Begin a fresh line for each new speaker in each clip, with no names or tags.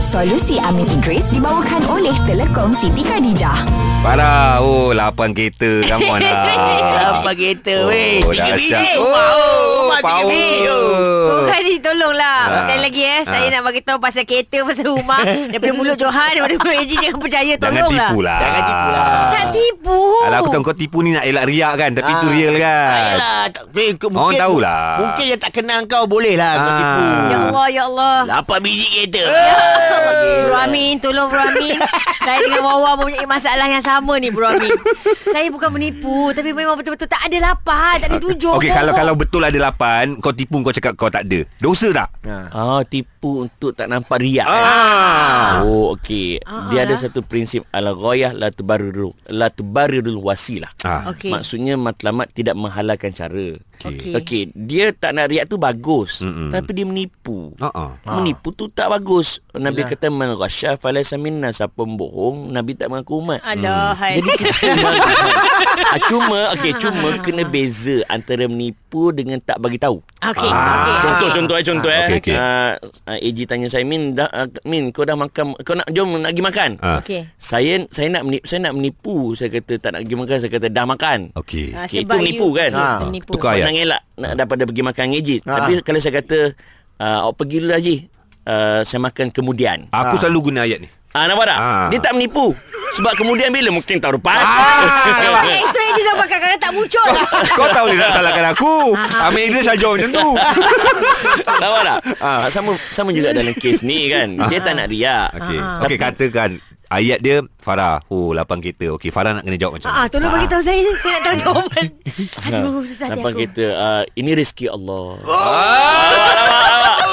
Solusi Amin Idris dibawakan oleh Telekom Siti Khadijah.
Parah. Oh, lapan kereta. Come on lah.
Apa kereta weh
Oh,
Tiga
dahsyat.
biji
Oh,
rumah oh, Rumah tiga
power.
biji oh.
Oh, Kadi tolonglah
Ha.
ha. Sekali lagi eh ha. Saya nak bagi tahu pasal kereta Pasal rumah Daripada mulut Johan Daripada mulut Eji Jangan percaya
Jangan
Tolonglah
tipu lah.
Jangan tipu lah.
Tak tipu
Alah, aku tahu kau tipu ni nak elak riak kan. Tapi tu
Ah.
real kan.
Ayolah, tak, weh, ke-
Orang
mungkin-
tahulah.
Mungkin dia tak kenal kau Boleh lah kau
Ah. Eh. Lah,
tipu
Ya Allah Ya Allah
Lapan biji kereta Ya.
Bro Amin Tolong Bro Amin Saya dengan Wawa mempunyai masalah yang sama ni Bro Amin Saya bukan menipu Tapi memang betul-betul Tak ada lapan Tak ada tujuh
Okey, kalau kalau betul ada lapan, kau tipu kau cakap kau tak ada. Dosa tak?
Ya.
Ah, tipu untuk tak nampak riak.
Ah. ya.
Oh, okey.
Ah,
Dia ada
ah.
satu prinsip al-ghayah la tubarriru la tubarrirul wasilah.
Ah.
Okey
Maksudnya matlamat tidak menghalalkan cara.
Okey.
Okey, okay, dia tak nak riak tu bagus,
Mm-mm.
Mm-mm. tapi dia menipu.
Ha ah.
Menipu tu tak bagus. Nabi kata man ghasya falaysa minna siapa membohong, Nabi tak mengaku umat.
Hmm.
Alohai
Jadi kita Ah, cuma okey cuma kena beza antara menipu dengan tak bagi tahu.
Okey
Ah.
Okey
Contoh contoh eh contoh eh.
Okey, okey.
Ah, ah, AG tanya saya Min dah ah, Min kau dah makan kau nak jom nak pergi makan.
Ah.
Okey
Saya saya nak menipu, saya nak menipu. Saya kata tak nak pergi makan, saya kata dah makan.
Okey.
Ah,
Okey,
sebab
itu menipu
you-
kan?
Ah,
Ah,
menipu.
tukar.
Saya
Ayat.
nak elak nak daripada pergi makan dengan AG.
Ah.
Tapi kalau saya kata ah, awak pergi dulu Haji. Uh, saya makan kemudian.
Aku selalu guna ayat ni.
Ah nampak tak?
Ah.
Dia tak menipu. Sebab kemudian bila mungkin tahun depan.
Ah,
Eh, itu Eji sampai kadang-kadang tak muncul
kau tahu dia nak salahkan aku.
Ah,
Amir Idris saja macam tu.
Nampak tak? Ah, sama sama juga dalam kes ni kan. Dia tak nak riak.
Ah. Okey.
Ah.
Okey, katakan ayat dia Farah. Oh, lapan kereta. Okey, Farah nak kena jawab macam
Ah, ah,
mana?
tolong bagi tahu saya. Saya nak tahu jawapan. Aduh, susah hati
Nampak
aku. Ah,
kita uh, Ini rezeki Allah oh.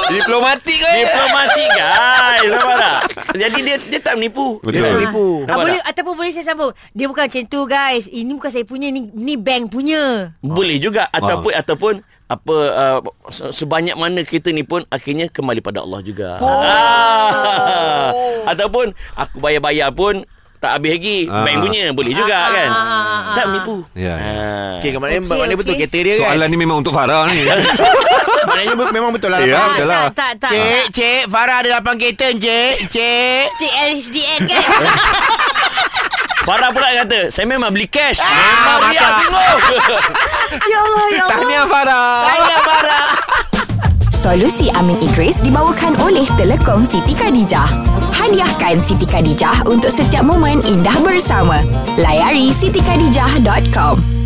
Diplomatik kan?
Diplomatik guys Nampak tak Jadi dia dia tak menipu
Betul.
Dia tak menipu
Ah,
Nampak
boleh,
tak
ataupun boleh saya sambung Dia bukan macam tu guys Ini bukan saya punya Ni, ni bank punya
Boleh juga Ataupun Ataupun apa uh, se- sebanyak mana kita ni pun akhirnya kembali pada Allah juga. Oh. Ah. Ataupun aku bayar-bayar pun tak habis lagi.
Ah.
Bank punya boleh juga
Ah.
kan. Tak menipu.
Ya, ya.
Ah.
Okey, maknanya,
Okey,
maknanya betul
okey.
kereta dia kan
Soalan ni memang untuk Farah ni.
Maknanya be- memang betul lah
Ya,
lapan.
tak,
betul lah.
Ah, tak, tak, tak
Cik, cik Farah ada lapan kereta cik Cik
Cik LHDN kan
Farah pula kata, saya memang beli cash.
Ah,
memang beli tengok.
Ya Allah, ya Allah
Tahniah Farah.
Ayah Farah
Solusi Amin Idris dibawakan oleh Telekom Siti Khadijah. Hadiahkan Siti Khadijah untuk setiap momen indah bersama. Layari sitikhadijah.com.